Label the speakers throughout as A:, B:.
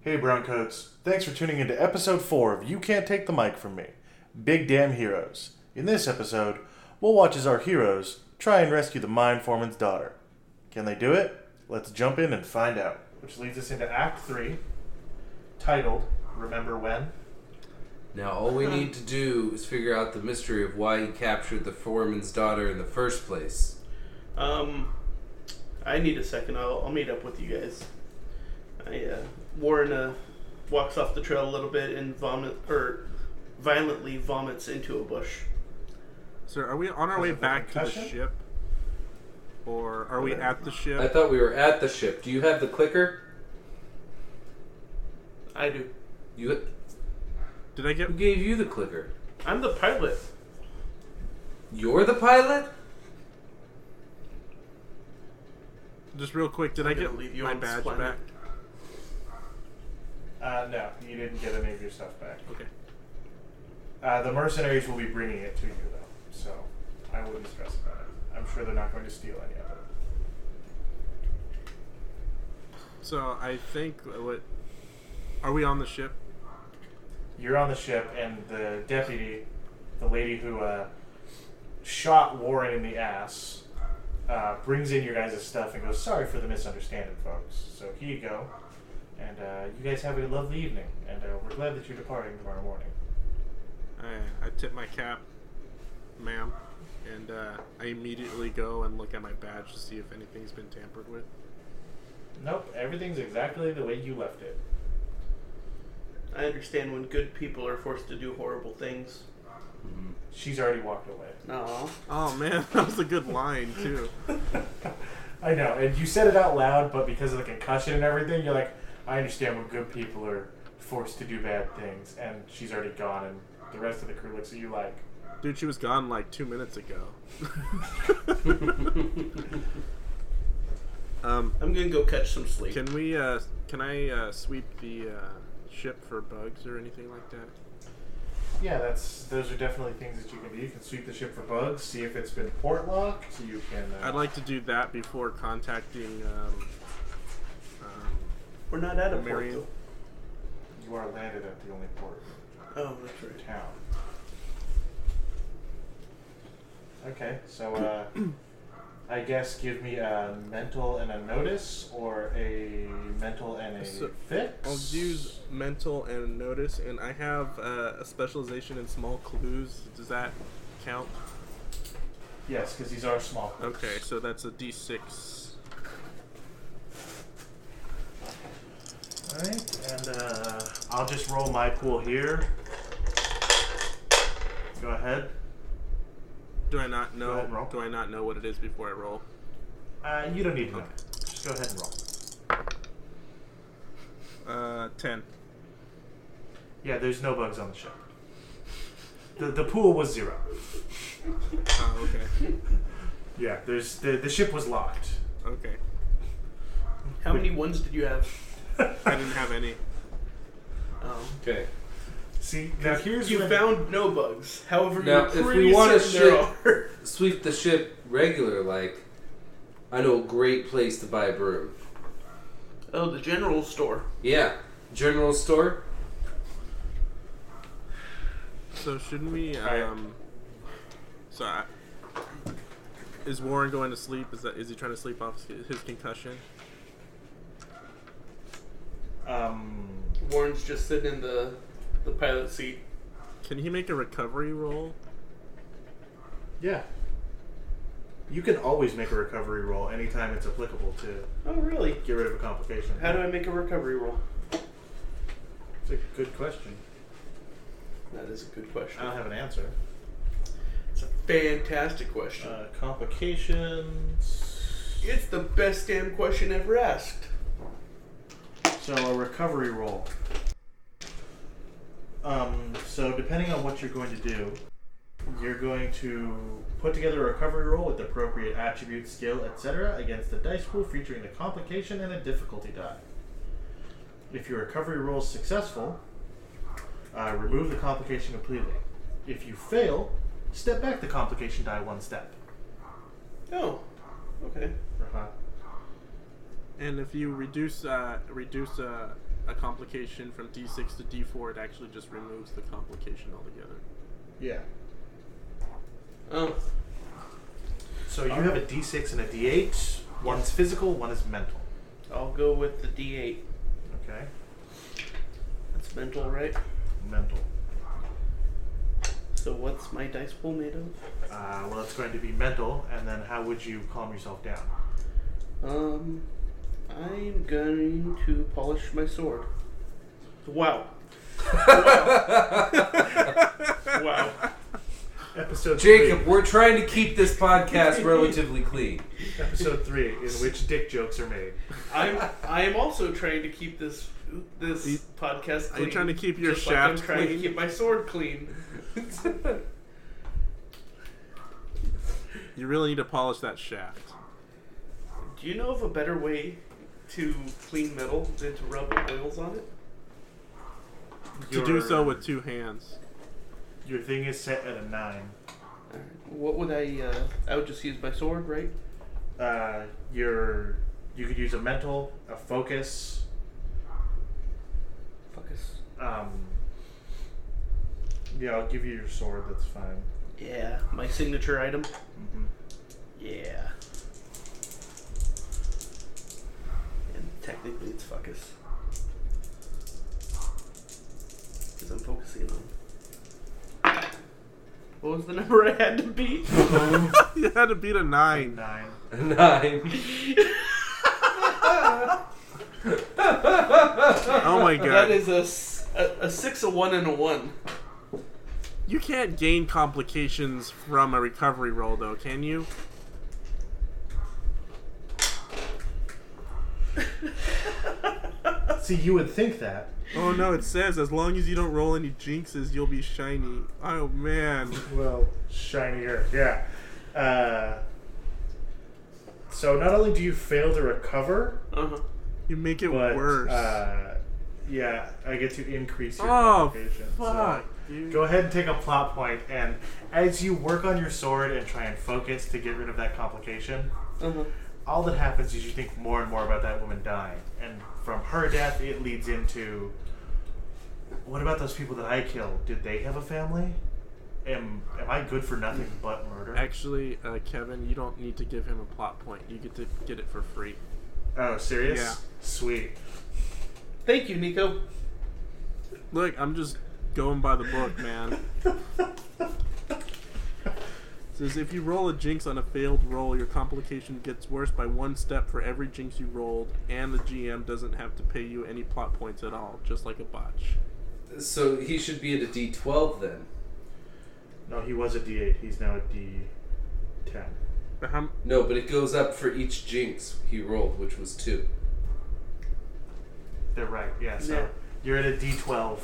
A: Hey, Browncoats. Thanks for tuning into episode 4 of You Can't Take the Mic From Me Big Damn Heroes. In this episode, we'll watch as our heroes try and rescue the mine foreman's daughter. Can they do it? Let's jump in and find out. Which leads us into Act 3, titled Remember When?
B: Now all we need to do is figure out the mystery of why he captured the foreman's daughter in the first place.
C: Um, I need a second. I'll, I'll meet up with you guys. I, uh, Warren uh, walks off the trail a little bit and vomit or violently vomits into a bush.
D: So are we on our
A: Was
D: way
A: it the
D: back to the
A: concussion?
D: ship? Or are we at the
B: I
D: ship?
B: thought we were at the ship. Do you have the clicker?
C: I do.
B: You
D: Did I get
B: who gave you the clicker?
C: I'm the pilot.
B: You're the pilot?
D: just real quick, did i
C: gonna
D: get
C: leave you
D: my
C: on this
D: badge
C: planet.
D: back?
A: Uh, no, you didn't get any of your stuff back.
D: Okay.
A: Uh, the mercenaries will be bringing it to you, though, so I wouldn't stress about it. I'm sure they're not going to steal any of it.
D: So I think what are we on the ship?
A: you're on the ship, and the deputy, the lady who uh, shot Warren in the ass, uh, brings in your guys' stuff and goes, "Sorry for the misunderstanding, folks." So here you go, and uh, you guys have a lovely evening, and uh, we're glad that you're departing tomorrow morning.
D: I, I tip my cap, ma'am, and uh, I immediately go and look at my badge to see if anything's been tampered with.
A: Nope, everything's exactly the way you left it.
C: I understand when good people are forced to do horrible things.
A: She's already walked away.
C: No.
D: Oh man, that was a good line too.
A: I know, and you said it out loud, but because of the concussion and everything, you're like, I understand when good people are forced to do bad things, and she's already gone, and the rest of the crew looks at you like,
D: Dude, she was gone like two minutes ago. um,
C: I'm gonna go catch some sleep.
D: Can we? Uh, can I uh, sweep the uh, ship for bugs or anything like that?
A: Yeah, that's those are definitely things that you can do. You can sweep the ship for bugs, see if it's been port locked. You can. Uh,
D: I'd like to do that before contacting. Um, um,
C: We're not at a port
D: Marion.
C: though.
A: You are landed at the only port
C: Oh, that's right.
A: in town. Okay, so uh, I guess give me a mental and a notice, or a mental and a
D: So,
A: fix.
D: I'll use mental and notice, and I have uh, a specialization in small clues. Does that count?
A: Yes, because these are small.
D: Okay, so that's a D6.
A: All right, and uh, I'll just roll my pool here. Go ahead.
D: Do I not
A: Go ahead and
D: know?
A: roll.
D: Do I not know what it is before I roll?
A: Uh, you don't need to know.
D: Okay.
A: Just go ahead and roll.
D: Uh, ten.
A: Yeah, there's no bugs on the ship. The, the pool was zero.
D: Oh, okay.
A: Yeah, there's the, the ship was locked.
D: Okay.
C: How many ones did you have?
D: I didn't have any.
C: Um,
B: Okay.
A: See now here's
C: you
A: when-
C: found no bugs. However,
B: Now,
C: you're
B: if we
C: pretty
B: wanna
C: certain there
B: shit-
C: are.
B: Sweep the ship regular like. I know a great place to buy a broom.
C: Oh, the general store.
B: Yeah. General store?
D: So shouldn't we?
A: Alright.
D: Um, so I, is Warren going to sleep? Is that is he trying to sleep off his his concussion?
A: um
C: Warren's just sitting in the the pilot seat.
D: Can he make a recovery roll?
A: yeah. You can always make a recovery roll anytime it's applicable to
C: Oh, really?
A: get rid of a complication.
C: How do I make a recovery roll?
A: It's a good question.
C: That is a good question.
A: I don't have an answer.
C: It's a fantastic question.
A: Uh, complications.
C: it's the best damn question ever asked.
A: So a recovery roll. Um, so depending on what you're going to do, you're going to put together a recovery roll with appropriate attribute, skill, etc. against a dice pool featuring a complication and a difficulty die. If your recovery roll is successful, uh, remove the complication completely. If you fail, step back the complication die one step.
C: Oh, okay.
A: Uh-huh.
D: And if you reduce uh, reduce uh, a complication from D6 to D4, it actually just removes the complication altogether.
A: Yeah.
B: Oh,
A: So you have a D6 and a D8. One's physical, one is mental.
C: I'll go with the D8.
A: Okay.
C: That's mental, right?
A: Mental.
C: So what's my dice pool made of?
A: Uh, well, it's going to be mental, and then how would you calm yourself down?
C: Um, I'm going to polish my sword. Wow. Wow.
A: Episode
B: Jacob,
A: three.
B: we're trying to keep this podcast relatively clean.
A: Episode three, in which dick jokes are made.
C: I'm I am also trying to keep this this
D: You-
C: podcast.
D: are
C: Clean,
D: you trying to keep your
C: just
D: shaft
C: like I'm trying to
D: clean?
C: keep my sword clean.
D: You really need to polish that shaft.
C: Do you know of a better way to clean metal than to rub oils on it?
D: To do so with two hands.
A: Your thing is set at a nine.
C: Alright, What would I? Uh, I would just use my sword, right?
A: Uh, your you could use a mental, a focus.
C: Focus.
A: Um, yeah, I'll give you your sword. That's fine.
C: Yeah, my signature item.
A: Mm-hmm.
C: Yeah. And technically, it's focus. Because I'm focusing on. What was the number I had to beat?
D: you had to beat a nine.
A: Mm-hmm. Nine.
B: Nine.
D: Oh my god.
C: that is a, s- a, a six, a one, and a one.
D: You can't gain complications from a recovery roll, though, can you?
A: See, you would think that.
D: Oh no, it says as long as you don't roll any jinxes, you'll be shiny. Oh man.
A: Well, shinier. Yeah. Uh, so not only do you fail to recover,
C: Uh huh.
D: You make it
A: but
D: worse.
A: uh, yeah, I get to increase your
D: oh,
A: complication. so-
D: fuck. dude.
A: Go ahead and take a plot point, and as you work on your sword and try and focus to get rid of that complication,
C: Uh huh.
A: all that happens is you think more and more about that woman dying. And from her death, it leads into what about those people that I killed? Did they have a family? Am, am I good for nothing but murder?
D: Actually, uh, Kevin, you don't need to give him a plot point. You get to get it for free.
A: Oh, serious?
D: Yeah.
A: Sweet.
C: Thank you, Nico.
D: Look, I'm just going by the book, man. It says if you roll a jinx on a failed roll, your complication gets worse by one step for every jinx you rolled, and the GM doesn't have to pay you any plot points at all, just like a botch.
B: so he should be at a D12 then.
A: No, he was a D8. He's now a D10.
D: But how,
B: No, but it goes up for each jinx he rolled, which was two.
A: They're right. Yeah, so
C: Yeah.
A: you're at a D12.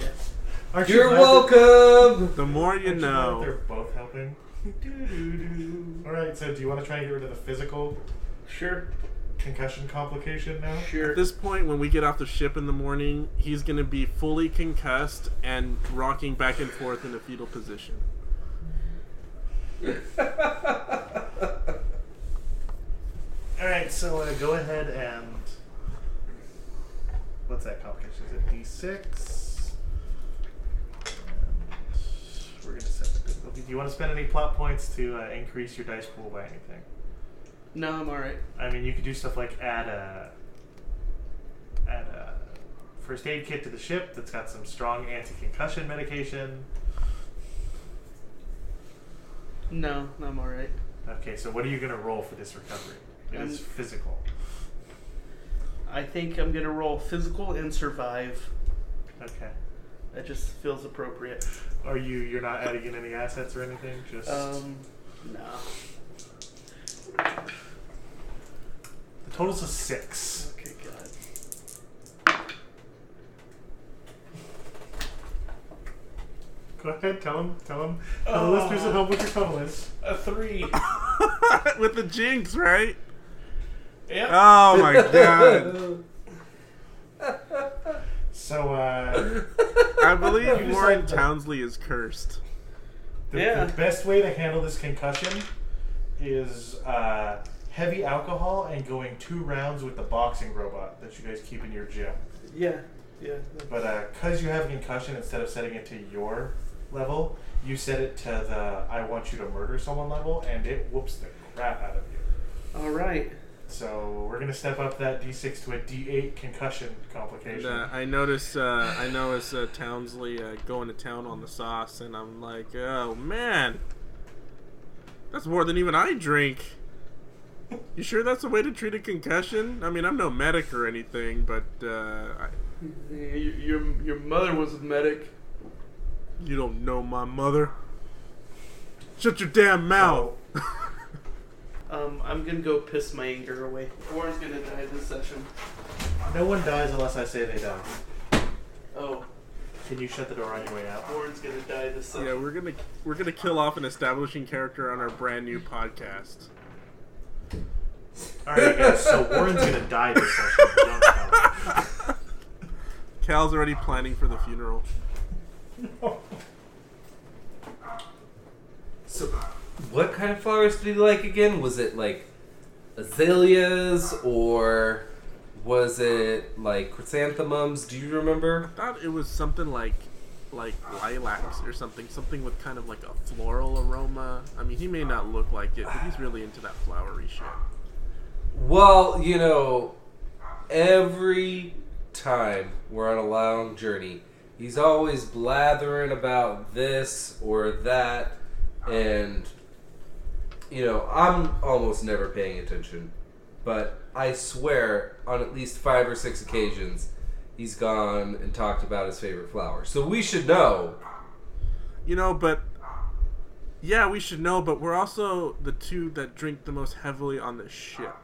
C: Yes.
A: Aren't you
B: You're
A: glad that-
B: welcome!
D: the more you
A: aren't glad that They're
D: know.
A: both helping. All right, so do you want to try and get rid of the physical
C: Sure.
A: concussion complication now?
C: Sure.
D: At this point, when we get off the ship in the morning, he's going to be fully concussed and rocking back and forth in a fetal position.
A: All right, so uh, go ahead and what's that complication? Is it D6? And we're gonna set the difficulty. Do you want to spend any plot points to uh, increase your dice pool by anything?
C: no, I'm all right.
A: I mean, you could do stuff like add a add a first aid kit to the ship that's got some strong anti-concussion medication.
C: No, I'm all right.
A: Okay, so what are you gonna roll for this recovery? It is
C: Um,
A: physical.
C: I think I'm gonna roll physical and survive.
A: Okay.
C: That just feels appropriate.
A: Are you? You're not adding in any assets or anything. Just
C: Um, no.
A: the total's a six.
C: Okay, God.
A: Go ahead, tell him. Tell him. Tell
C: Oh.
A: the listeners at home what your total is.
C: A three.
D: With the jinx, right?
C: yeah.
D: Oh my god.
A: So uh,
D: I believe
A: You
D: Warren
A: decide that.
D: Townsley is cursed.
A: the,
C: Yeah.
A: the best way to handle this concussion is uh, heavy alcohol and going two rounds with the boxing robot that you guys keep in your gym.
C: Yeah, yeah. that-
A: But because you have a concussion, instead of setting it to your level, you set it to the I want you to murder someone level, and it whoops the crap out of you.
C: All right.
A: So we're going to step up that d6 to a d8 concussion
D: And,
A: complication.
D: uh, I notice, uh, I notice uh, Townsley uh, going to town on the sauce, and I'm like, oh man, that's more than even I drink. You sure that's the way to treat a concussion? I mean, I'm no medic or anything, but uh, I,
C: Your, your your mother was a medic.
D: you don't know my mother. Shut your damn mouth.
C: Um, I'm gonna go piss my anger away. Warren's gonna die this session.
A: no one dies unless I say they die.
C: Oh,
A: Can you shut the door on your way out?
C: Warren's gonna die this
D: yeah, we're gonna we're gonna kill off an establishing character on our brand new podcast.
A: All right, guys. So Warren's going to die this session. Don't count.
D: Cal's already planning for the funeral.
B: So, what kind of flowers did he like again? Was it like azaleas or was it like chrysanthemums? Do you remember?
D: thought it was something like like lilacs or something, something with kind of like a floral aroma. I mean, he may not look like it, but he's really into that flowery shit.
B: Well, you know, every time we're on a long journey, he's always blathering about this or that, and you know, I'm almost never paying attention. But I swear, on at least five or six occasions, he's gone and talked about his favorite flower. So we should know.
D: You know, but yeah, we should know, but we're also the two that drink the most heavily on the ship.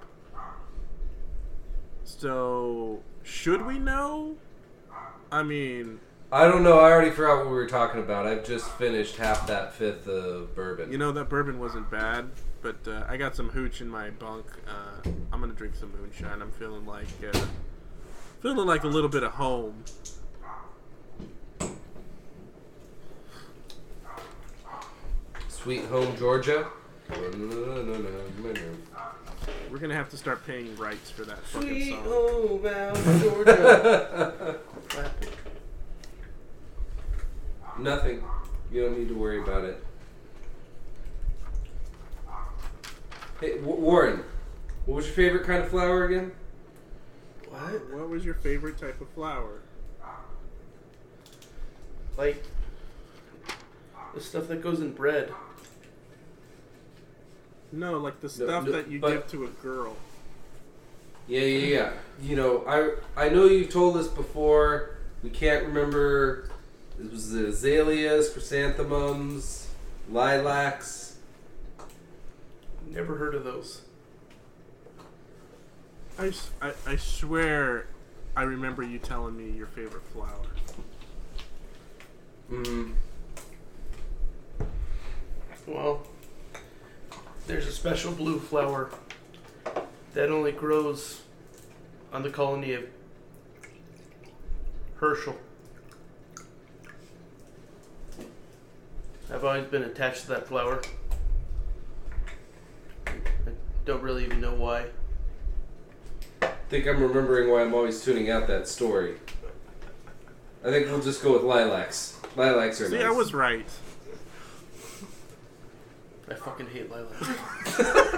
D: So, should we know? I mean,
B: I don't know. I already forgot what we were talking about. I've just finished half that fifth of bourbon.
D: you know that bourbon wasn't bad, but uh, I got some hooch in my bunk. Uh, I'm gonna drink some moonshine. I'm feeling like uh, feeling like a little bit of home.
B: Sweet Home Georgia.
D: We're gonna have to start paying rights for that fucking
C: Sweet
D: song.
C: home Alabama, Georgia.
B: Nothing. You don't need to worry about it. Hey, w- Warren, what was your favorite kind of flower again?
C: what?
D: What was your favorite type of flower?
C: Like the stuff that goes in bread.
D: No, like the stuff
B: no,
D: that you
B: but-
D: give to a girl.
B: Yeah, yeah, yeah. You know, I I know you've told us before. We can't remember. It was the azaleas, chrysanthemums, lilacs.
C: Never heard of those.
D: I, s- I, I swear, I remember you telling me your favorite flower.
B: Mm,
C: Well, there's a special blue flower that only grows on the colony of Herschel. I've always been attached to that flower. I don't really even know why.
B: think I'm remembering why I'm always tuning out that story. I think we'll just go with lilacs. Lilacs are
D: See,
B: nice.
D: I was right.
C: I fucking hate lilac.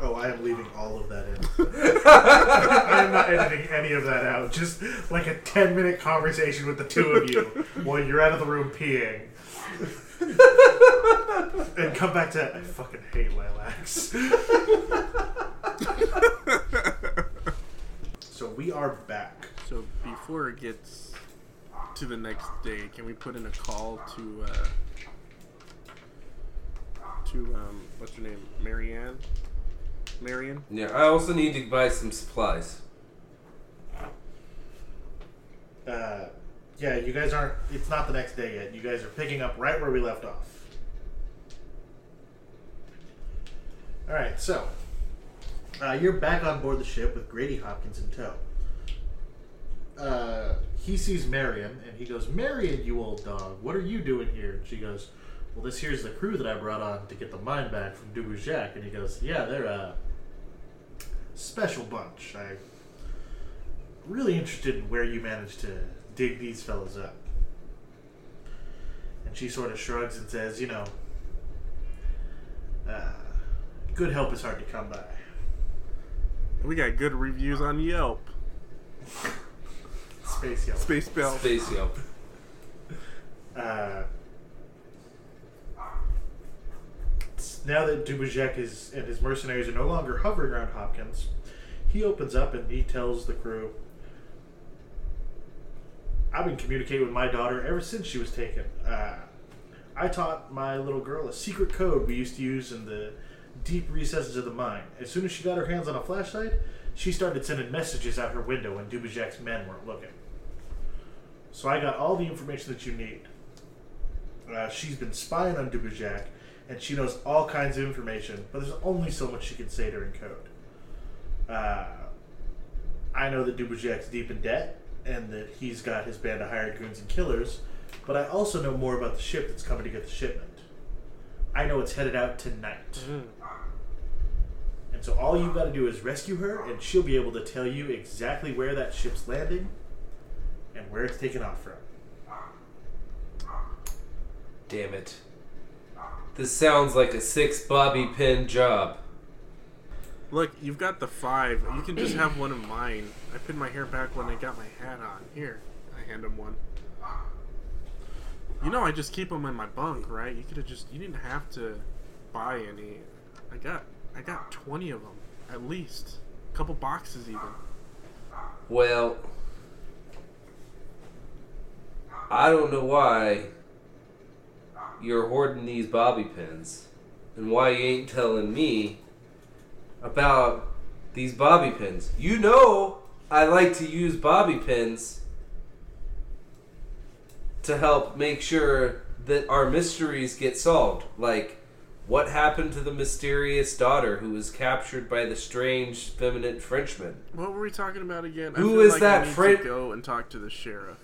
A: Oh, I am leaving all of that in. I am not editing any of that out. Just like a 10 minute conversation with the two of you while you're out of the room peeing. and come back to, I fucking hate lilacs. so we are back.
D: So before it gets to the next day, can we put in a call to uh, to um, what's her name, Marianne? Marion.
B: Yeah, I also need to buy some supplies.
A: Uh, yeah, you guys aren't, it's not the next day yet. You guys are picking up right where we left off. Alright, so. Uh, you're back on board the ship with Grady Hopkins in tow. Uh, he sees Marion and he goes, Marion, you old dog, what are you doing here? And she goes, Well, this here's the crew that I brought on to get the mine back from Dubujac. And he goes, Yeah, they're, uh, special bunch. I'm really interested in where you managed to dig these fellas up. And she sort of shrugs and says, You know, uh, good help is hard to come by.
D: We got good reviews on Yelp.
A: Space Yelp.
D: Space Bell.
B: Space Yelp.
A: Uh, now that Dubajek is and his mercenaries are no longer hovering around Hopkins, he opens up and he tells the crew, "I've been communicating with my daughter ever since she was taken. Uh, I taught my little girl a secret code we used to use in the deep recesses of the mine. As soon as she got her hands on a flashlight, she started sending messages out her window when Dubajek's men weren't looking. So I got all the information that you need." Uh, she's been spying on Dubajak, and she knows all kinds of information, but there's only so much she can say during code. Uh, I know that Dubajak's deep in debt, and that he's got his band of hired goons and killers, but I also know more about the ship that's coming to get the shipment. I know it's headed out tonight. And so all you've got to do is rescue her, and she'll be able to tell you exactly where that ship's landing and where it's taking off from.
B: Damn it. This sounds like a six bobby pin job.
D: Look, you've got the five. You can just have one of mine. I pinned my hair back when I got my hat on. Here, I hand him one. You know, I just keep them in my bunk, right? You could have just. You didn't have to buy any. I got. I got twenty of them, at least. A couple boxes even.
B: Well, I don't know why you're hoarding these bobby pins and why you ain't telling me about these bobby pins. You know I like to use bobby pins to help make sure that our mysteries get solved. Like, what happened to the mysterious daughter who was captured by the strange feminine Frenchman?
D: What were we talking about again?
B: Who
D: feel
B: is
D: like
B: that
D: I need
B: Fran-
D: to go and talk to the sheriff.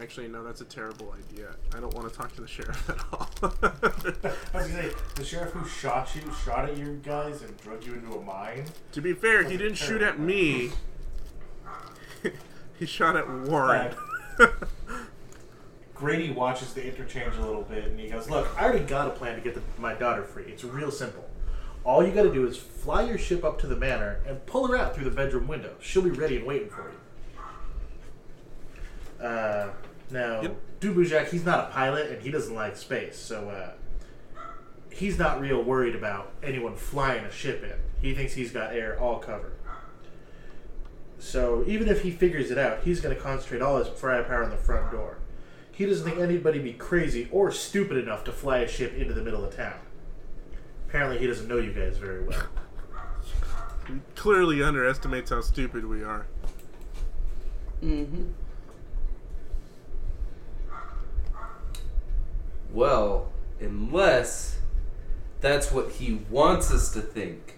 D: Actually, no, that's a terrible idea. I don't want to talk to the sheriff at all.
A: I was gonna say the sheriff who shot you shot at you guys and drugged you into a mine.
D: to be fair, he didn't shoot at me. he shot at Warren.
A: Grady watches the interchange a little bit and he goes, "Look, I already got a plan to get the, my daughter free. It's real simple. All you got to do is fly your ship up to the manor and pull her out through the bedroom window. She'll be ready and waiting for you." Uh, now,
D: Yep.
A: Dubujak, he's not a pilot and he doesn't like space, so uh, he's not real worried about anyone flying a ship in. He thinks he's got air all covered. So even if he figures it out, he's going to concentrate all his firepower on the front door. He doesn't think anybody be crazy or stupid enough to fly a ship into the middle of town. Apparently, he doesn't know you guys very well.
D: He clearly underestimates how stupid we are.
C: Mm-hmm.
B: Well, unless that's what he wants us to think.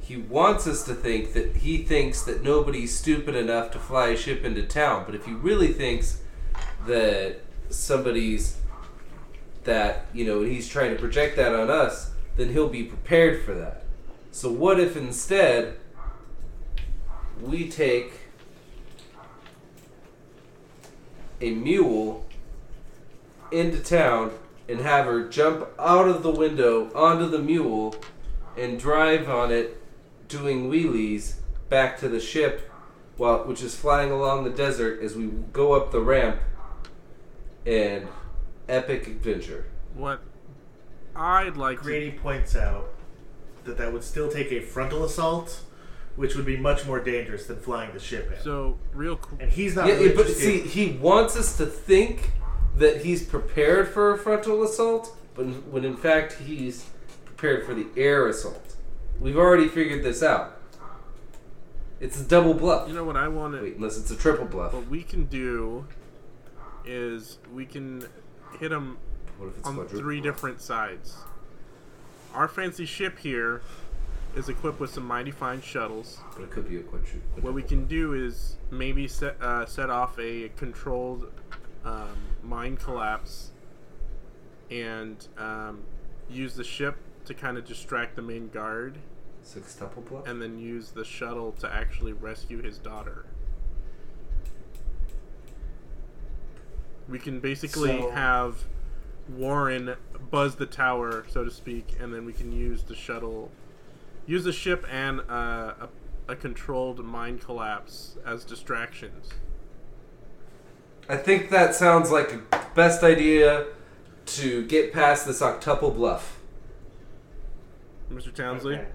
B: He wants us to think that he thinks that nobody's stupid enough to fly a ship into town, but if he really thinks that somebody's that, you know, and he's trying to project that on us, then he'll be prepared for that. So what if instead we take a mule into town and have her jump out of the window onto the mule and drive on it doing wheelies back to the ship while, which is flying along the desert as we go up the ramp and epic adventure
D: What I'd like
A: Grady points out that that would still take a frontal assault, which would be much more dangerous than flying the ship in.
D: to. So, real quick.
A: and he's not.
B: yeah,
A: really
B: but
A: interested-
B: see he wants us to think that he's prepared for a frontal assault but when in fact he's prepared for the air assault we've already figured this out it's a double bluff
D: You know what I wanted?
B: Wait, unless it's a triple bluff.
D: What we can do is we can hit him
B: What if it's
D: on
B: quadruple
D: three
B: bluff?
D: different sides. Our fancy ship here is equipped with some mighty fine shuttles.
B: But it could be a quadru- quadruple.
D: What we can do is maybe set, uh, set off a controlled um, mine collapse and um, use the ship to kind of distract the main guard
B: Sextuple plot?
D: and then use the shuttle to actually rescue his daughter. We can basically
A: So-
D: have Warren buzz the tower, so to speak, and then we can use the shuttle, use the ship and uh, a, a controlled mine collapse as distractions.
B: I think that sounds like the best idea to get past this octuple bluff.
D: Mr. Townsley?
A: Okay.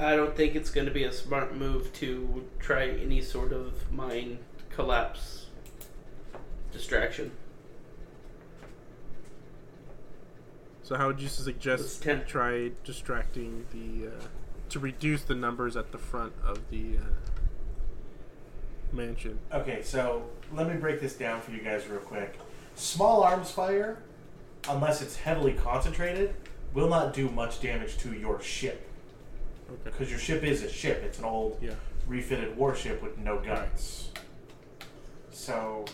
C: I don't think it's going to be a smart move to try any sort of mine collapse distraction.
D: So, how would you
C: It's
D: suggest
C: ten.
D: we try distracting the. Uh, to reduce the numbers at the front of the uh, mansion?
A: Okay, so let me break this down for you guys real quick. Small arms fire, unless it's heavily concentrated, will not do much damage to your ship.
D: Okay.
A: Because your ship is a ship. It's an old
D: Yeah.
A: refitted warship with no guns. So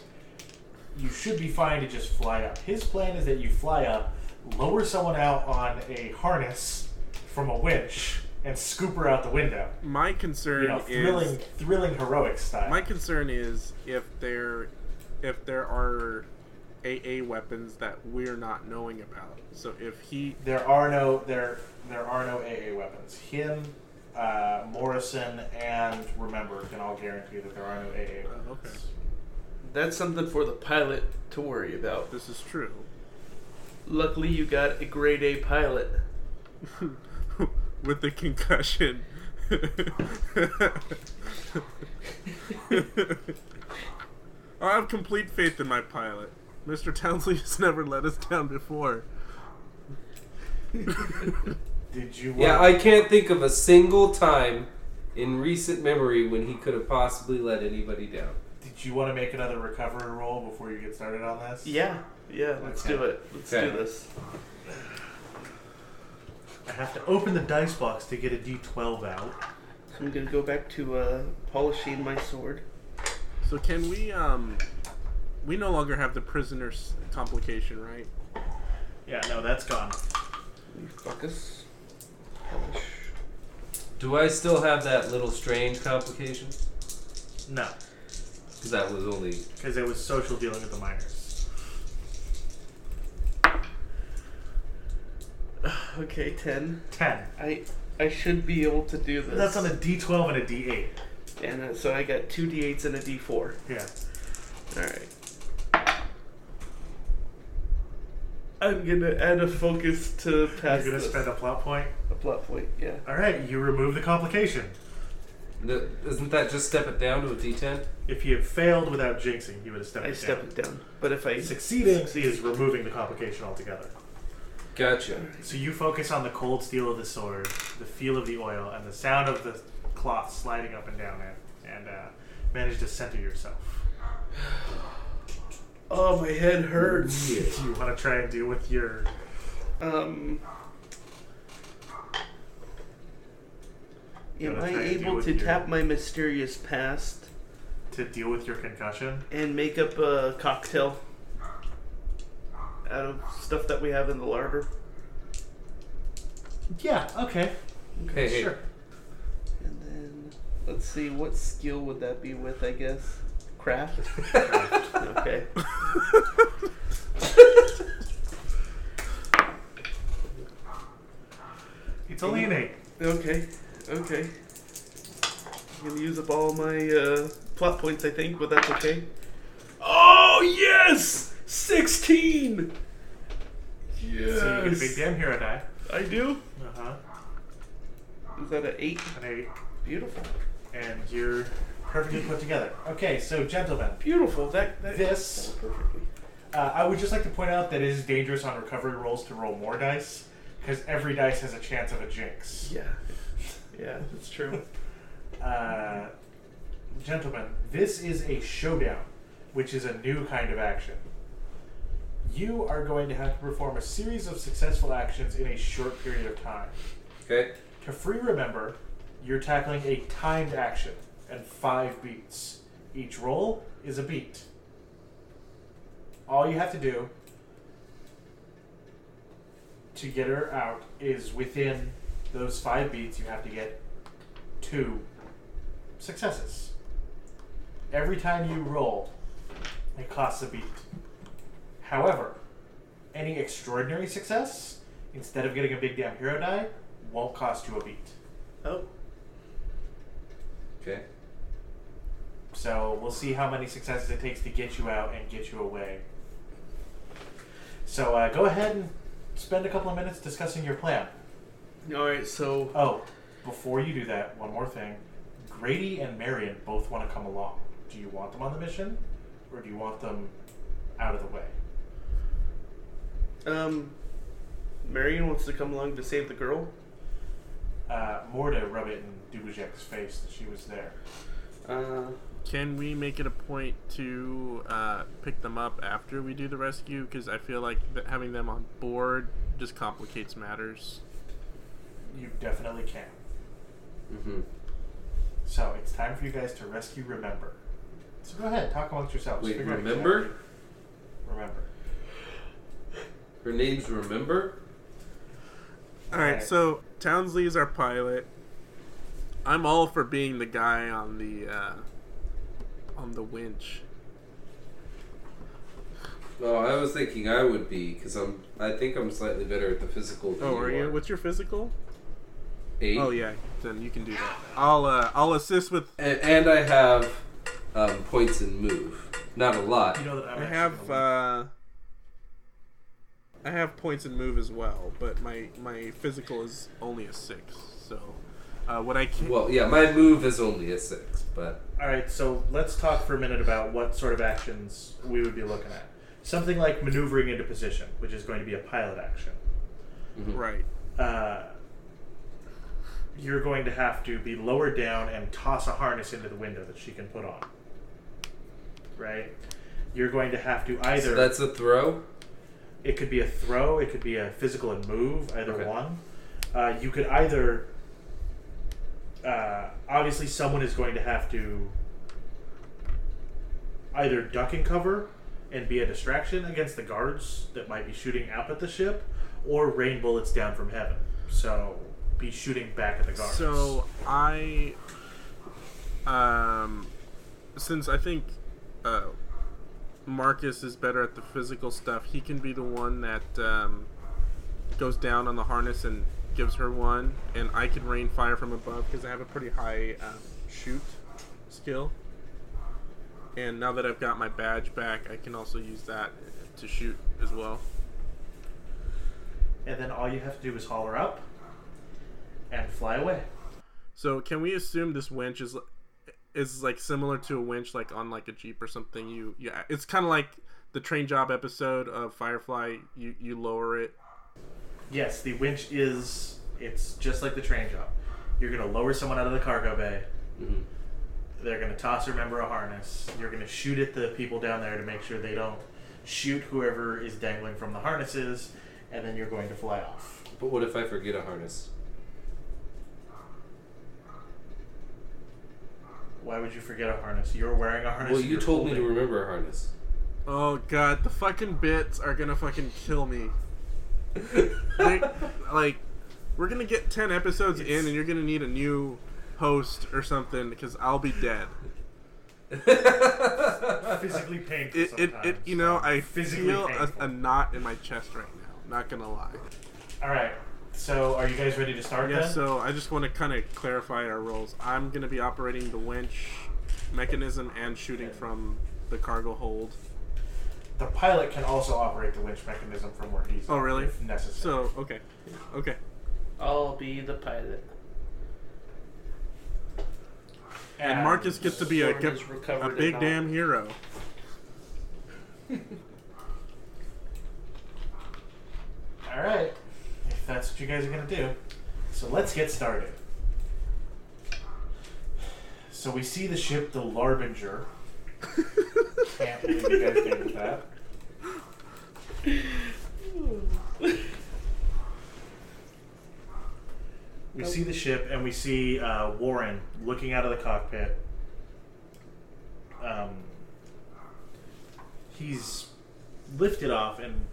A: you should be fine to just fly up. His plan is that you fly up, lower someone out on a harness from a winch, and scoop her out the window.
D: My concern
A: You know,
D: is
A: thrilling, thrilling heroic style.
D: my concern is if there if there are AA weapons that we're not knowing about. So if he
A: There are no there there are no AA weapons. Him, uh, Morrison, and remember can all guarantee that there are no AA weapons.
D: Oh, okay.
C: That's something for the pilot to worry about.
D: this is true,
C: Luckily, you got a grade A pilot.
D: with the concussion. I have complete faith in my pilot. Mr. Townsley has never let us down before.
A: Did you? Want,
B: Yeah, I can't think of a single time in recent memory when he could have possibly let anybody down.
A: did you want to make another recovery roll before you get started on this?
C: Yeah, yeah, let's do it. Let's
B: Okay.
C: do this.
A: I have to open the dice box to get a D12 out.
C: So I'm going to go back to uh, polishing my sword.
D: So can we um we no longer have the prisoner's complication, right?
A: Yeah, no, that's gone.
C: Focus. Polish.
B: Do I still have that little strange complication?
A: No,
B: Because that was only.
A: because it was social dealing with the minors.
C: Okay, 10.
A: Ten.
C: I I should be able to do this.
A: That's on a D12 and a D8.
C: And uh, so I got two D8s and a D4.
A: Yeah.
C: Alright. I'm gonna add a focus to pass
A: You're gonna
C: this.
A: spend a plot point.
C: a plot point, yeah.
A: All right, you remove the complication.
B: No, Isn't that just step it down to a D10?
A: If he had failed without jinxing, he would have stepped
C: I
A: it
C: step
A: down.
C: it down. But if I
A: Succeeding is removing the complication altogether.
B: Gotcha.
A: So you focus on the cold steel of the sword, the feel of the oil, and the sound of the cloth sliding up and down it, and uh, manage to center yourself.
C: Oh my head hurts.
A: Do you want to try and do with your?
C: Um
A: Gotta
C: Am I
A: try and deal
C: able
A: with
C: to
A: your-
C: tap my mysterious past
A: to deal with your concussion?
C: and make up a cocktail out of stuff that we have in the larder?
A: Yeah. Okay.
B: Hey, hey.
A: Sure.
C: And then let's see, what skill would that be with? I guess craft. okay.
A: It's only an eight.
C: Okay. Okay. I'm gonna use up all my uh, plot points, I think, but that's okay. Oh yes, sixteen. Yes.
A: So you get a big damn hero die.
C: I do.
A: Uh huh.
C: Is that an eight?
A: An eight,
C: Beautiful.
A: and you're perfectly put together. Okay, so gentlemen,
C: Beautiful. That. that
A: This-
C: that worked perfectly.
A: Uh, I would just like to point out that it is dangerous on recovery rolls to roll more dice because every dice has a chance of a jinx.
C: Yeah. Yeah, that's true.
A: Uh, gentlemen, this is a showdown, which is a new kind of action. You are going to have to perform a series of successful actions in a short period of time.
B: Okay.
A: To free remember, you're tackling a timed action and five beats. Each roll is a beat. All you have to do to get her out is within those five beats, you have to get two successes. Every time you roll, it costs a beat. However, any extraordinary success, instead of getting a big damn hero die, won't cost you a beat.
C: Oh,
B: Okay.
A: So we'll see how many successes it takes to get you out and get you away. So uh, go ahead and spend a couple of minutes discussing your plan.
C: all right. So
A: Oh, before you do that, one more thing. Grady and Marion both want to come along. Do you want them on the mission, or do you want them out of the way?
C: um, Marion wants to come along to save the girl.
A: Uh, more to rub it in Dubujek's face that she was there.
C: Uh,
D: Can we make it a point to uh, pick them up after we do the rescue? Because I feel like th- having them on board just complicates matters.
A: You definitely can.
B: Mm-hmm.
A: So it's time for you guys to rescue Remember. So go ahead, talk amongst yourselves.
B: Wait,
A: Figure out
B: remember?
A: exactly- Remember.
B: Her name's Remember.
D: All right,
A: Right.
D: so Townsley is our pilot. I'm all for being the guy on the uh, on the winch.
B: Oh, I was thinking I would be because I'm. I think I'm slightly better at the physical. Than
D: Oh, are you?
B: are.
D: What's your physical?
B: Eight.
D: Oh yeah, then you can do that. I'll uh, I'll assist with.
B: A- and I have um, points in move. Not a lot.
A: You know that I'm
D: I
A: actually
D: have
A: gonna leave.
D: uh, I have points in move as well, but my my physical is only a six. So uh, what I can
B: Well, yeah, my move is only a six, but
A: All right, so let's talk for a minute about what sort of actions we would be looking at. Something like maneuvering into position, which is going to be a pilot action.
D: right.
A: Uh, you're going to have to be lowered down and toss a harness into the window that she can put on. Right? You're going to have to either.
B: so that's a throw.
A: It could be a throw. It could be a physical and move. Either
B: Okay.
A: one. Uh, you could either. Uh, obviously, someone is going to have to either duck and cover and be a distraction against the guards that might be shooting up at the ship, or rain bullets down from heaven. So be shooting back at the guards.
D: So I, um, since I think uh, Marcus is better at the physical stuff, he can be the one that um, goes down on the harness and gives her one, and I can rain fire from above because I have a pretty high um, shoot skill. And now that I've got my badge back, I can also use that to shoot as well.
A: and then all you have to do is haul her up and fly away.
D: So can we assume this winch is is like similar to a winch like on like a jeep or something? You yeah, it's kind of like the train job episode of Firefly. You you lower it.
A: Yes, the winch is. It's just like the train job. You're gonna lower someone out of the cargo bay.
D: Mm-hmm.
B: Mhm.
A: They're gonna toss or remember a harness. You're gonna shoot at the people down there to make sure they don't shoot whoever is dangling from the harnesses, and then you're going to fly off.
B: But what if I forget a harness?
A: Why would you forget a harness? You're wearing a harness.
B: Well,
A: and
B: you
A: you're
B: told me to
A: holding-
B: remember a harness.
D: Oh god, the fucking bits are gonna fucking kill me. They- like we're gonna get ten episodes in, and you're gonna need a new host or something because I'll be dead.
A: physically painful.
D: It it, it you know I
A: Physically
D: feel a,
A: painful.
D: a knot in my chest right now. Not gonna lie.
A: All right. So, are you guys ready to start?
D: Yeah,
A: then?
D: so I just want to kind of clarify our roles. I'm going to be operating the winch mechanism and shooting from the cargo hold.
A: the pilot can also operate the winch mechanism from where he's.
D: Oh, really?
A: If necessary.
D: So, okay. Okay.
C: I'll be the pilot.
D: And Marcus gets to be a,
C: Sword
D: gep-
C: is
D: a
C: recovered
D: big
C: and
D: damn
C: all.
D: hero.
A: All right, if that's what you guys are gonna do, so let's get started. So we see the ship, the Larbinger. Can't believe you guys gave it that. We see the ship, and we see uh, Warren looking out of the cockpit. Um, he's lifted off, and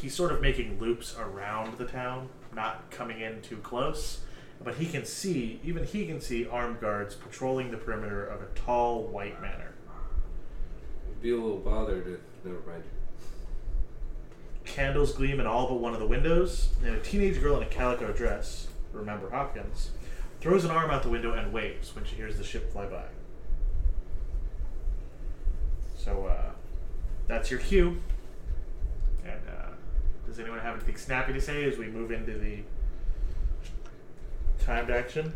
A: he's sort of making loops around the town, not coming in too close. But he can see, even he can see armed guards patrolling the perimeter of a tall white manor.
B: I'd be a little bothered if. Never mind.
A: Candles gleam in all but one of the windows, and a teenage girl in a calico dress, remember Hopkins, throws an arm out the window and waves when she hears the ship fly by. So, uh, that's your cue. And, uh, does anyone have anything snappy to say as we move into the timed action?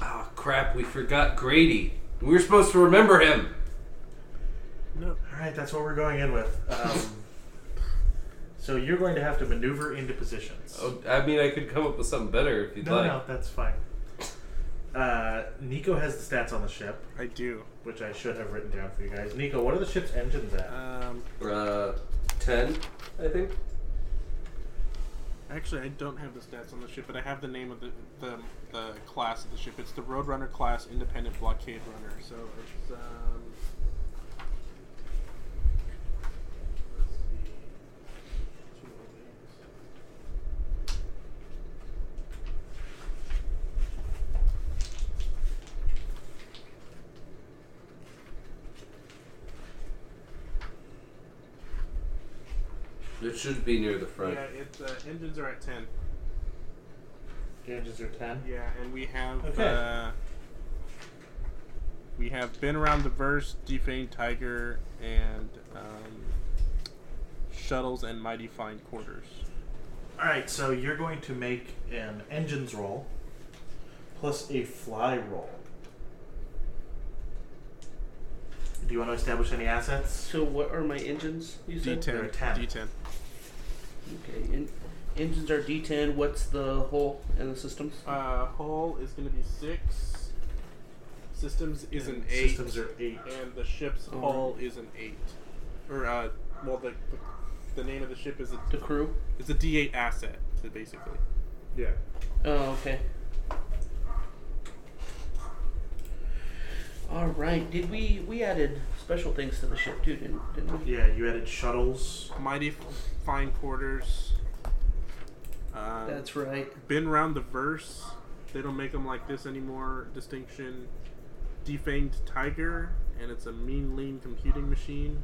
B: Ah, crap, we forgot Grady. We were supposed to remember him.
D: No.
A: Alright, that's what we're going in with. Um, so, you're going to have to maneuver into positions.
B: Oh, I mean, I could come up with something better if you'd
A: No,
B: like.
A: no, that's fine. Uh, Nico has the stats on the ship,
D: I do.
A: which I should have written down for you guys. Nico, what are the ship's engines at?
D: Um,
B: Uh, 10, I think.
D: actually, I don't have the stats on the ship, but I have the name of the, the, the class of the ship. It's the Roadrunner class Independent Blockade Runner. So it's. Um, let's see.
B: It should be near the front.
D: Yeah, it's uh, engines are at 10.
A: The engines are 10.
D: Yeah, and we have
A: Okay.
D: uh, we have been around the verse, defanged tiger, and um, shuttles and mighty fine quarters.
A: Alright, so you're going to make an engines roll plus a fly roll. Do you want to establish any assets?
C: So what are my engines? You said
A: They're
D: D10,
A: 10.
D: D10.
C: okay. En- engines are D10. What's the hole in the systems?
D: Uh, hull is going to be six. Systems is an eight,
A: Systems are 8.
D: and the ship's
C: Oh.
D: hull is an eight. Or uh, well, the, the the name of the ship is a
C: the crew.
D: is a D8 asset, basically.
A: Yeah.
C: Oh, okay. All right. Did we we added special things to the ship too? Didn't didn't we?
A: Yeah, you added shuttles.
D: Mighty f- fine quarters. Uh,
C: That's right.
D: been around the verse. They don't make them like this anymore. Distinction. Defanged Tiger, and it's a mean, lean computing machine.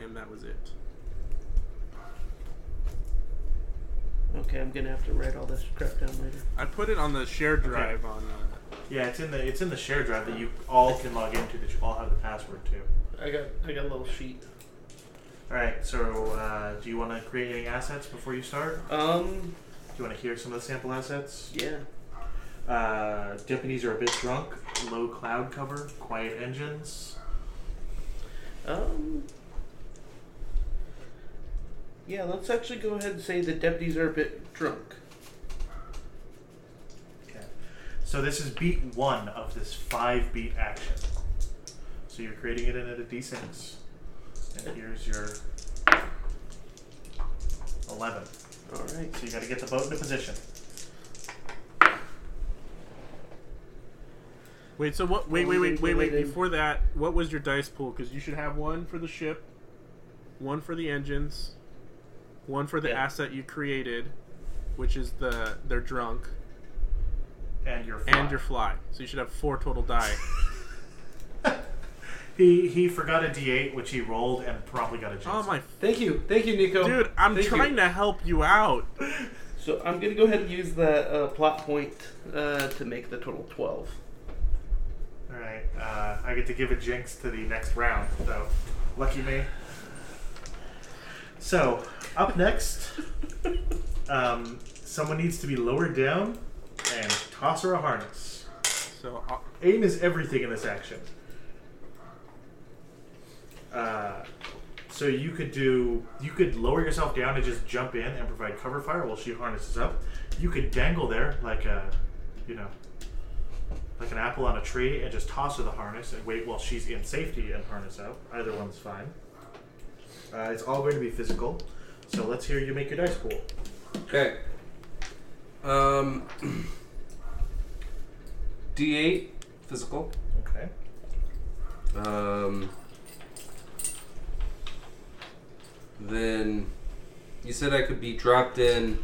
D: And that was it.
C: Okay, I'm gonna have to write all this crap down later.
D: I put it on the shared drive on. Uh,
A: Yeah, it's in the it's in the share drive that you all can log into that you all have the password to.
C: I got I got a little sheet.
A: All right. So, uh, do you want to create any assets before you start?
C: Um.
A: Do you want to hear some of the sample assets?
C: Yeah.
A: Uh, deputies are a bit drunk. Low cloud cover. Quiet engines.
C: Um. Yeah. Let's actually go ahead and say the deputies are a bit drunk.
A: Okay. So this is beat one of this five beat action. So you're creating it in at a d6, and here's your eleven.
C: All right.
A: So you got to get the boat into position.
D: wait, so what? Wait, wait, wait, wait, wait.
C: Waiting.
D: Before that, what was your dice pool? Because you should have one for the ship, one for the engines, one for the
C: Yeah.
D: asset you created, which is the they're drunk,
A: And your
D: and your fly. So you should have four total die.
A: he he forgot a d8 which he rolled and probably got a jinx.
D: oh my
B: Thank you. Thank you, Nico.
D: Dude, I'm
B: Thank you.
D: trying to help you out.
C: So I'm gonna go ahead and use the uh, plot point uh, to make the total twelve.
A: All right, uh, I get to give a jinx to the next round, so lucky me. So up next, um, someone needs to be lowered down and toss her a harness.
D: So, uh,
A: Aim is everything in this action. Uh, so you could do you could lower yourself down and just jump in and provide cover fire while she harnesses up. You could dangle there like a you know like an apple on a tree and just toss her the harness and wait while she's in safety and harness out. Either one's fine. Uh, it's all going to be physical. So let's hear you make your dice pool.
B: Okay. Um, D8, physical.
A: Okay.
B: Um, then you said I could be dropped in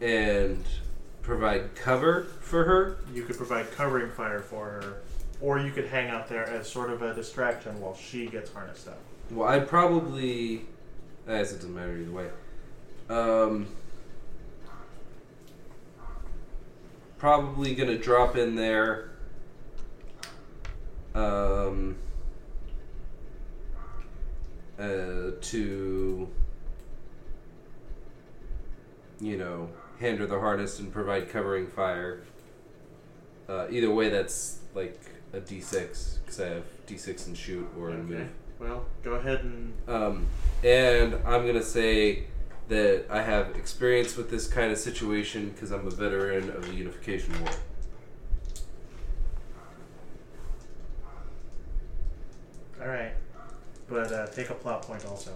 B: and provide cover for her.
A: You could provide covering fire for her, or you could hang out there as sort of a distraction while she gets harnessed up.
B: Well, I probably. I guess it doesn't matter either way. Um, probably gonna drop in there. Um, uh, to. You know, hand her the harness and provide covering fire. Uh, either way, that's like a d6 because I have d6 and shoot or in move.
A: Well, go ahead and
B: Um, and I'm going to say that I have experience with this kind of situation because I'm a veteran of the Unification War.
A: all right, but uh, take a plot point also.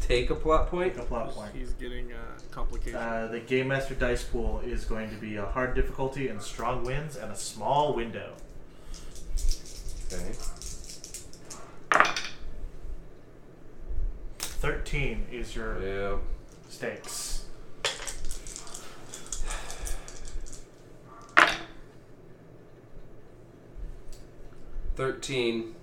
B: Take a plot point.
A: Take a plot point.
D: He's getting uh, complicated.
A: Uh, the game master dice pool is going to be a hard difficulty and strong winds and a small window.
B: Okay.
A: Thirteen is your
B: Yeah.
A: stakes.
B: Thirteen.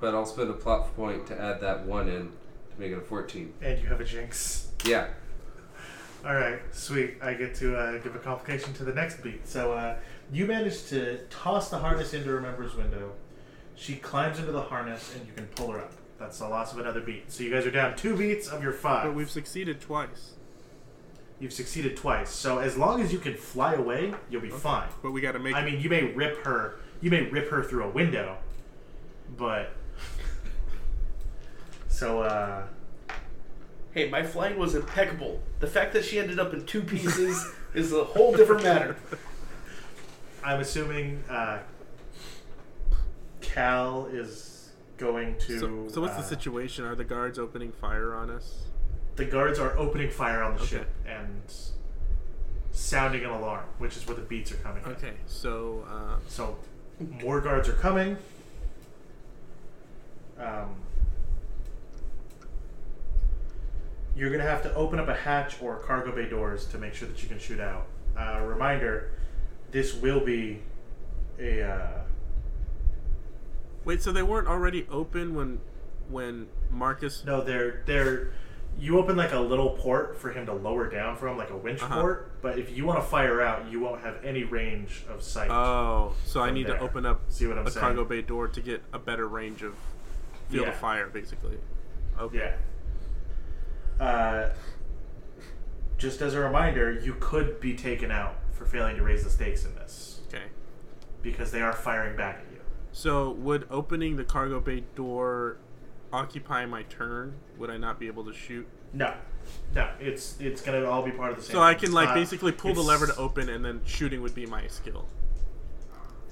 B: But I'll spend a plot point to add that one in to make it a fourteen.
A: And you have a jinx.
B: Yeah.
A: All right, sweet. I get to uh, give a complication to the next beat. So uh, you manage to toss the harness into Remember's window. She climbs into the harness, and you can pull her up. That's the loss of another beat. So you guys are down two beats of your
D: but
A: five.
D: we've succeeded twice.
A: You've succeeded twice. So as long as you can fly away, you'll be fine.
D: But we gotta make
A: I mean, you may rip her. You may rip her through a window, but so uh,
C: Hey, my flying was impeccable. The fact that she ended up in two pieces is a whole different matter.
A: I'm assuming uh, Cal is going to.
D: So, so what's
A: uh,
D: the situation? Are the guards opening fire on us?
A: The guards are opening fire on the
D: Okay.
A: ship and sounding an alarm, which is where the beats are coming. in.
D: Okay, so uh,
A: So more guards are coming. Um, you're gonna have to open up a hatch or cargo bay doors to make sure that you can shoot out. Uh, reminder: this will be a uh,
D: wait, so they weren't already open when when Marcus?
A: no. They're they're you open like a little port for him to lower down from, like a winch
D: Uh-huh.
A: port. But if you want to fire out, you won't have any range of sight.
D: Oh, so I
A: From
D: need
A: there.
D: to open up
A: See what I'm
D: a
A: saying?
D: cargo bay door to get a better range of field
A: Yeah.
D: of fire, basically. Okay.
A: Yeah. Uh, just as a reminder, you could be taken out for failing to raise the stakes in this
D: Okay.
A: because they are firing back at you.
D: So would opening the cargo bay door occupy my turn? Would I not be able to shoot?
A: No, no, it's it's gonna all be part of the same.
D: So I
A: thing.
D: can
A: It's
D: like
A: not-
D: basically pull the
A: Uh, it's-
D: lever to open, and then shooting would be my skill.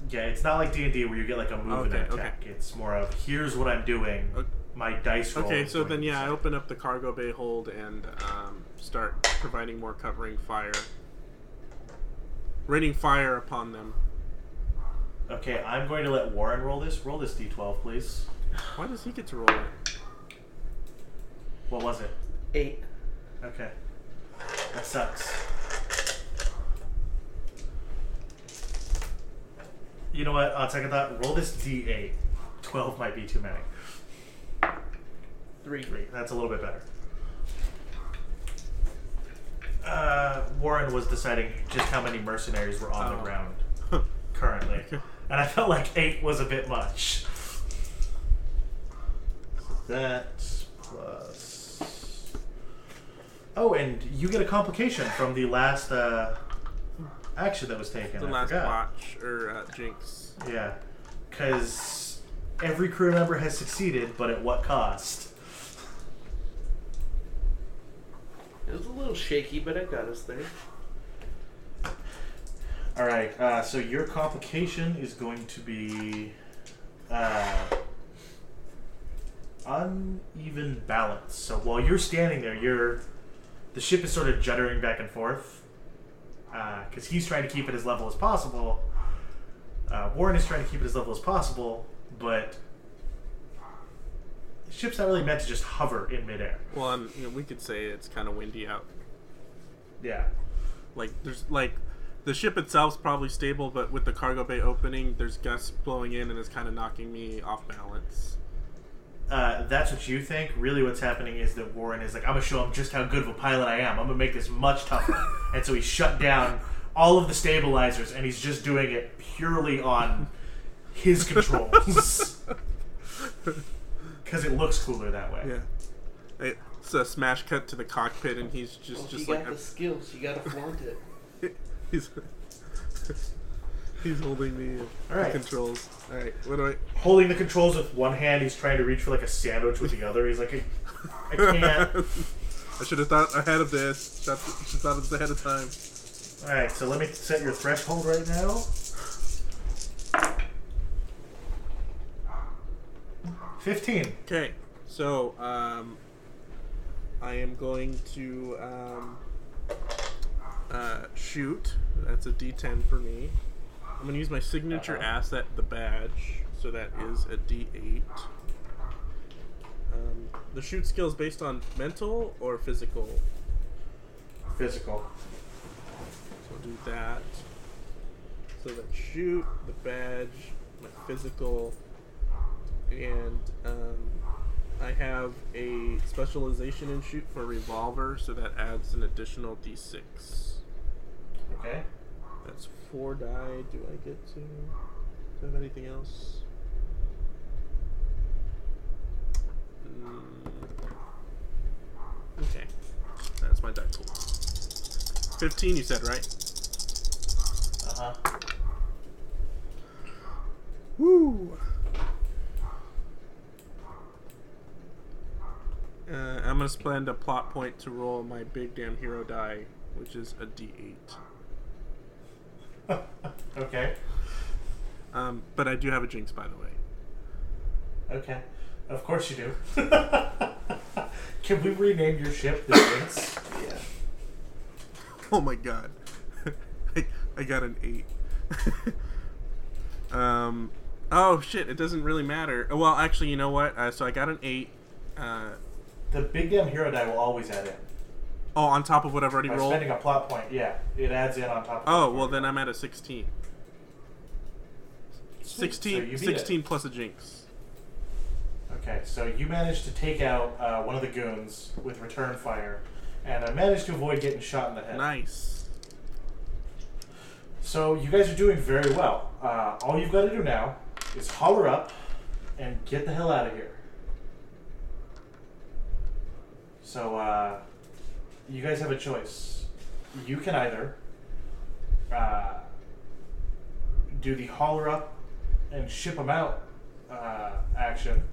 A: Yeah, it's not like D and D where you get like a move and an
D: Okay, okay.
A: attack. It's more of here's what I'm doing.
D: O-
A: My dice roll.
D: Okay,
A: is
D: so
A: going
D: then
A: to
D: yeah, I
A: decide.
D: open up the cargo bay hold and um, start providing more covering fire, raining fire upon them.
A: Okay, I'm going to let Warren roll this. Roll this D12, please.
D: Why does he get to roll it?
A: What was it?
C: Eight.
A: Okay, that sucks. You know what? On second thought, roll this D8. 12 might be too many.
C: Three.
A: Three. That's a little bit better. Uh, Warren was deciding just how many mercenaries were on the
D: Oh.
A: ground currently. And I felt like eight was a bit much. So that plus. Oh, and you get a complication from the last uh, action that was taken.
D: the
A: I
D: last
A: forgot.
D: watch or uh, jinx.
A: Yeah, because every crew member has succeeded, but at what cost?
C: It was a little shaky, but I got us there.
A: All right. Uh, so your complication is going to be uh, uneven balance. So while you're standing there, you're the ship is sort of juddering back and forth because he's trying to keep it as level as possible. Uh, Warren is trying to keep it as level as possible, but ship's not really meant to just hover in midair.
D: Well, i you know, we could say it's kind of windy out.
A: Yeah.
D: Like there's like the ship itself's probably stable, but with the cargo bay opening, there's gusts blowing in, and it's kind of knocking me off balance.
A: Uh, that's what you think. Really, what's happening is that Warren is like, I'm gonna show him just how good of a pilot I am. I'm gonna make this much tougher. and so he shut down all of the stabilizers, and he's just doing it purely on his controls because it looks cooler that way.
D: Yeah. It's a smash cut to the cockpit, and he's just
C: Well, she
D: just
C: got
D: like
C: the skills. You gotta flaunt it.
D: he's he's holding the,
A: All right.
D: the controls. All right, what do I?
A: Holding the controls with one hand, he's trying to reach for like a sandwich with the other. He's like, I, I can't.
D: I should have thought ahead of this. That's should have thought of this ahead of time.
A: All right, so let me set your threshold right now. Fifteen.
D: Okay, so um, I am going to um, uh, shoot. That's a D10 for me. I'm going to use my signature asset, the badge. So that is a D8. Um, the shoot skill is based on mental or physical.
A: Physical.
D: So I'll do that. So that's shoot, the badge, my physical, and um, I have a specialization in shoot for revolver, so that adds an additional d6.
A: Okay.
D: That's four die. Do I get to? Do I have anything else? Mm. Okay, that's my die pool. Fifteen, you said, right?
A: Uh huh.
D: Woo! Uh, I'm gonna spend a plot point to roll my big damn hero die, which is a d8.
A: okay.
D: Um, but I do have a jinx, by the way.
A: Okay. Of course you do. Can we rename your ship the Jinx?
C: Yeah.
D: Oh my god. I, I got an 8. um, oh shit, it doesn't really matter. Oh, Well, actually, you know what? Uh, so I got an 8. Uh,
A: The big damn hero die will always add in.
D: oh, on top of what I've already
A: By
D: rolled?
A: spending a plot point, yeah, it adds in on top of
D: Oh, well, then I'm at a 16. 16,
A: you beat it.
D: 16 plus a jinx.
A: Okay, so you managed to take out uh, one of the goons with return fire, and uh, managed to avoid getting shot in the head.
D: Nice.
A: So you guys are doing very well. Uh, all you've got to do now is holler up and get the hell out of here. So uh, you guys have a choice. You can either uh, do the holler up and ship them out uh, action,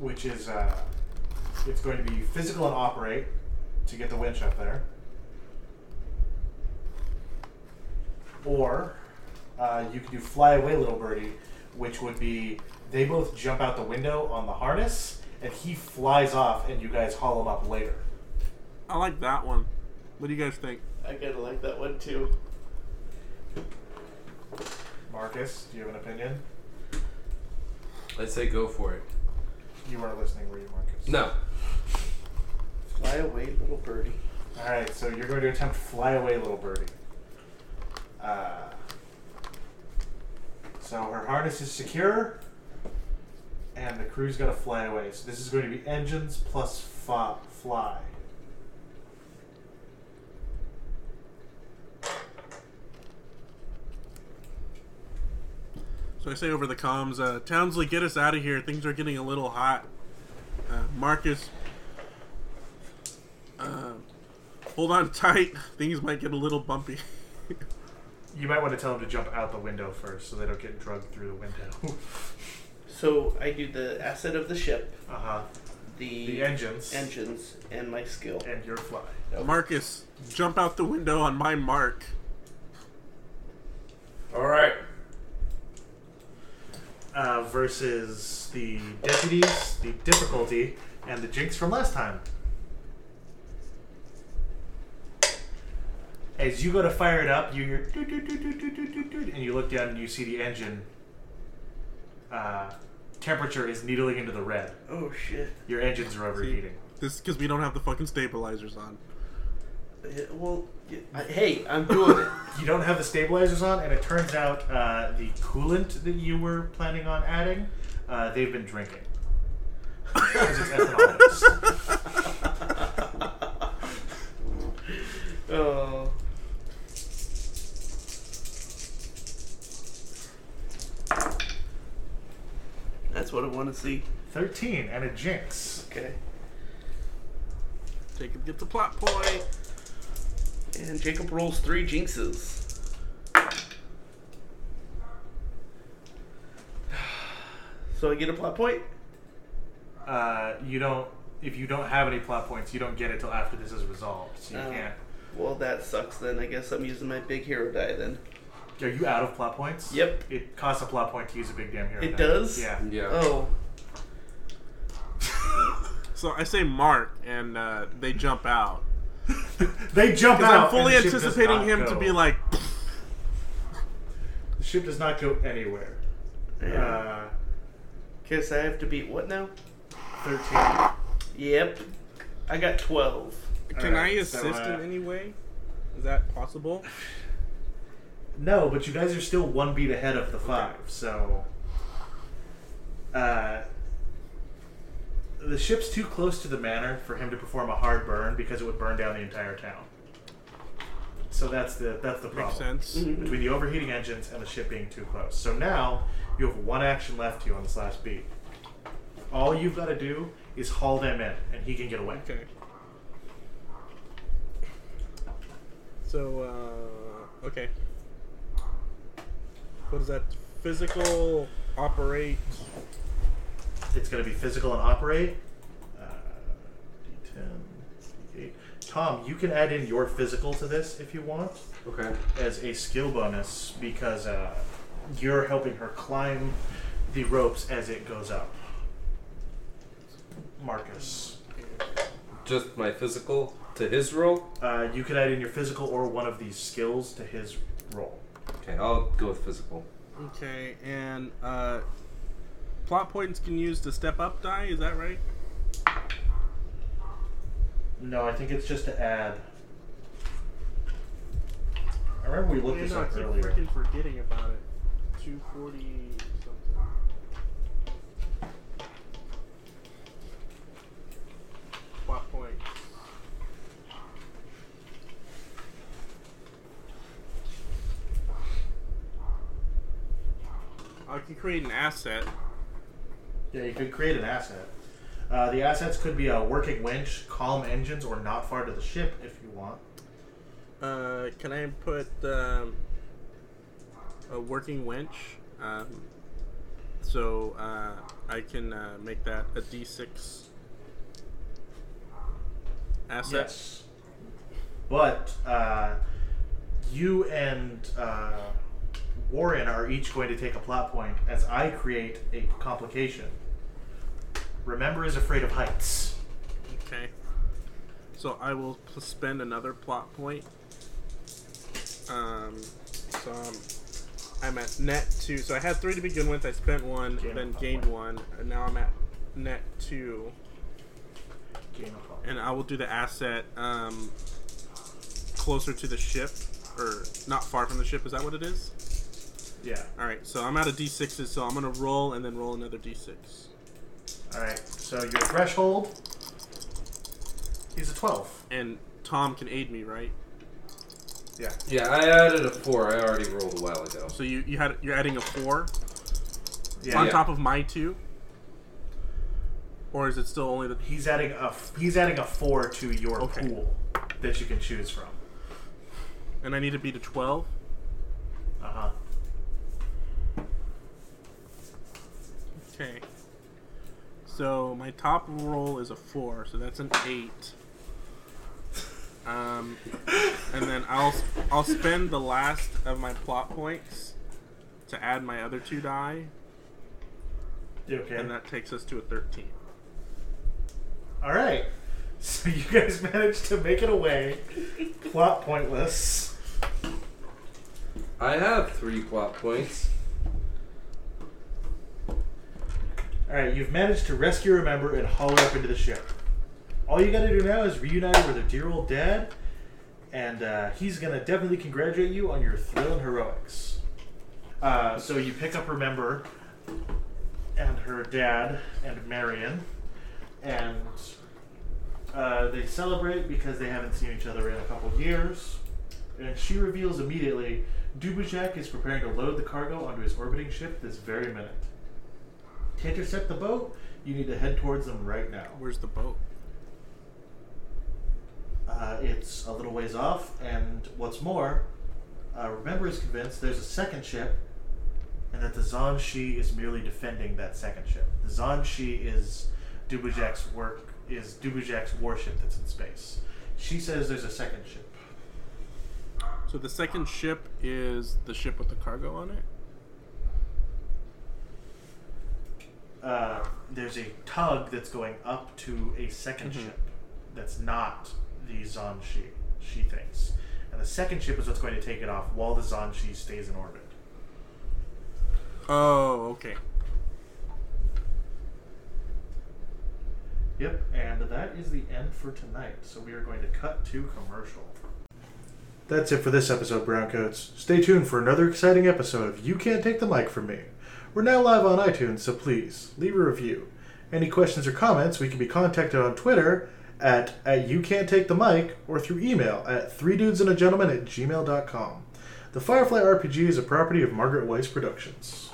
A: which is uh, it's going to be physical and operate to get the winch up there. or uh, you could do fly away little birdie which would be they both jump out the window on the harness and he flies off and you guys haul him up later
D: I like that one. What do you guys think?
C: I kinda like that one too.
A: marcus do you have an opinion
B: I'd say go for it.
A: you weren't listening were you marcus
B: No.
C: Fly away, little birdie.
A: all right so you're going to attempt fly away little birdie uh, so her harness is secure and the crew's got to fly away so this is going to be engines plus fa- fly
D: So I say over the comms, uh, Townsley, get us out of here. Things are getting a little hot. Uh, Marcus, uh, hold on tight. Things might get a little bumpy.
A: You might want to tell them to jump out the window first so they don't get drugged through the window.
C: So I do the asset of the ship,
A: uh huh.
C: the,
A: The engines.
C: engines, and my skill.
A: And your fly.
D: Marcus, jump out the window on my mark.
B: All right.
A: Uh, versus the deputies, the difficulty, and the jinx from last time. As you go to fire it up, you hear doot, doot, doot, doot, doot, doot, doot, doot, and you look down and you see the engine uh, temperature is needling into the red.
C: Oh shit.
A: Your engines are overheating.
D: This because we don't have the fucking stabilizers on.
C: Yeah, well, yeah, I, hey, I'm doing it.
A: You don't have the stabilizers on, and it turns out uh, the coolant that you were planning on adding, uh, they've been drinking. 'Cause it's ethanol.
C: Oh. That's what I want to see.
A: 13 and a jinx.
C: Okay.
D: Jacob gets a plot point.
C: And Jacob rolls three jinxes. So I get a plot point?
A: Uh, you don't. If you don't have any plot points, you don't get it till after this is resolved. So you
C: Oh.
A: can't.
C: Well, that sucks then. I guess I'm using my big hero die then.
A: Are you out of plot points?
C: Yep.
A: It costs a plot point to use a big damn hero.
C: It
A: die.
C: does?
A: Yeah.
B: Yeah.
C: Oh.
D: So I say Mark, and uh, they jump out.
A: They jump
D: 'Cause
A: out.
D: I'm fully
A: and the ship does
D: anticipating
A: not
D: him
A: go.
D: to be like,
A: the ship does not go anywhere.
C: Yeah.
A: Uh,
C: Guess I have to beat what now?
A: Thirteen.
C: Yep. I got 12.
D: "Can I
A: Alright, so,
D: assist
A: uh,
D: in any way? Is that possible?"
A: No, but you guys are still one beat ahead of the five. So, uh, the ship's too close to the manor for him to perform a hard burn because it would burn down the entire town. So that's the that's the problem.
D: Makes sense.
A: between the overheating engines and the ship being too close. So now you have one action left to you on this last beat. All you've got to do is haul them in, and he can get away.
D: Okay. So, uh, okay. What is that? Physical operate.
A: It's going to be physical and operate. Uh, D10, D8. Tom, you can add in your physical to this if you want
B: Okay.
A: as a skill bonus because uh, you're helping her climb the ropes as it goes up. Marcus.
B: Just my physical to his roll.
A: Uh, you could add in your physical or one of these skills to his roll.
B: Okay, I'll go with physical.
D: Okay, and uh, plot points can use to step up die. Is that right?
A: No, I think it's just to add. I remember we looked this up earlier.
D: forgetting about it. Two forty something. Plot points. I can create an asset.
A: Yeah, you could create an asset. Uh, the assets could be a working winch, calm engines, or not far to the ship if you want.
D: Uh, can I put um, a working winch? Um, so uh, I can uh, make that a D6 asset.
A: Yes. But uh, you and uh, Warren are each going to take a plot point as I create a complication. Remember is afraid of heights.
D: Okay. So I will p- spend another plot point. Um, so I'm, I'm at net two. So I had three to begin with. I spent one,
A: Gain a
D: then
A: plot
D: gained
A: point.
D: one, and now I'm at net two.
A: Gain a plot.
D: and I will do the asset um, closer to the ship, or not far from the ship. Is that what it is?
A: Yeah.
D: All right. So I'm out of d6s, so I'm gonna roll and then roll another d6.
A: All right. So your threshold is a 12.
D: And Tom can aid me, right?
A: Yeah.
B: Yeah, I added a four. I already rolled a while ago.
D: So you you had you're adding a four
A: Yeah.
D: on
B: Yeah.
D: top of my two, or is it still only the?
A: He's adding a f- he's adding a 4 to your
D: Okay.
A: pool that you can choose from.
D: And I need to beat a twelve.
A: Uh-huh.
D: Okay. So my top roll is a four, so that's an eight. Um, and then I'll I'll spend the last of my plot points to add my other two die,
A: You okay?
D: and that takes us to a thirteen.
A: All right. So you guys managed to make it away. Plot pointless.
B: I have three plot points.
A: All right, you've managed to rescue a member and haul her up into the ship. All you got to do now is reunite her with her dear old dad, and uh, he's gonna definitely congratulate you on your thrill and heroics. Uh, so you pick up her member and her dad and Marion, and uh, they celebrate because they haven't seen each other in a couple years. And she reveals immediately Dubujak is preparing to load the cargo onto his orbiting ship this very minute. To intercept the boat, you need to head towards them right now.
D: Where's the boat?
A: Uh, it's a little ways off, and what's more, uh, Remember is convinced there's a second ship, and that the Zanshi is merely defending that second ship. The Zanshi is Dubujak's work is Dubujak's warship that's in space. She says there's a second ship.
D: So the second ship is the ship with the cargo on it.
A: Uh, there's a tug that's going up to a 2nd
D: Mhm.
A: ship that's not the Zanshi, she thinks. And the second ship is what's going to take it off while the Zanshi stays in orbit.
D: Oh, okay.
A: Yep, and that is the end for tonight. So we are going to cut to commercial. That's it for this episode, Browncoats. Stay tuned for another exciting episode of You Can't Take the Mic From Me. We're now live on iTunes, so please leave a review. Any questions or comments, we can be contacted on Twitter at, at You Can't Take the Mic or through email at three dudes and a gentleman at gmail.com. The Firefly RPG is a property of Margaret Weiss Productions.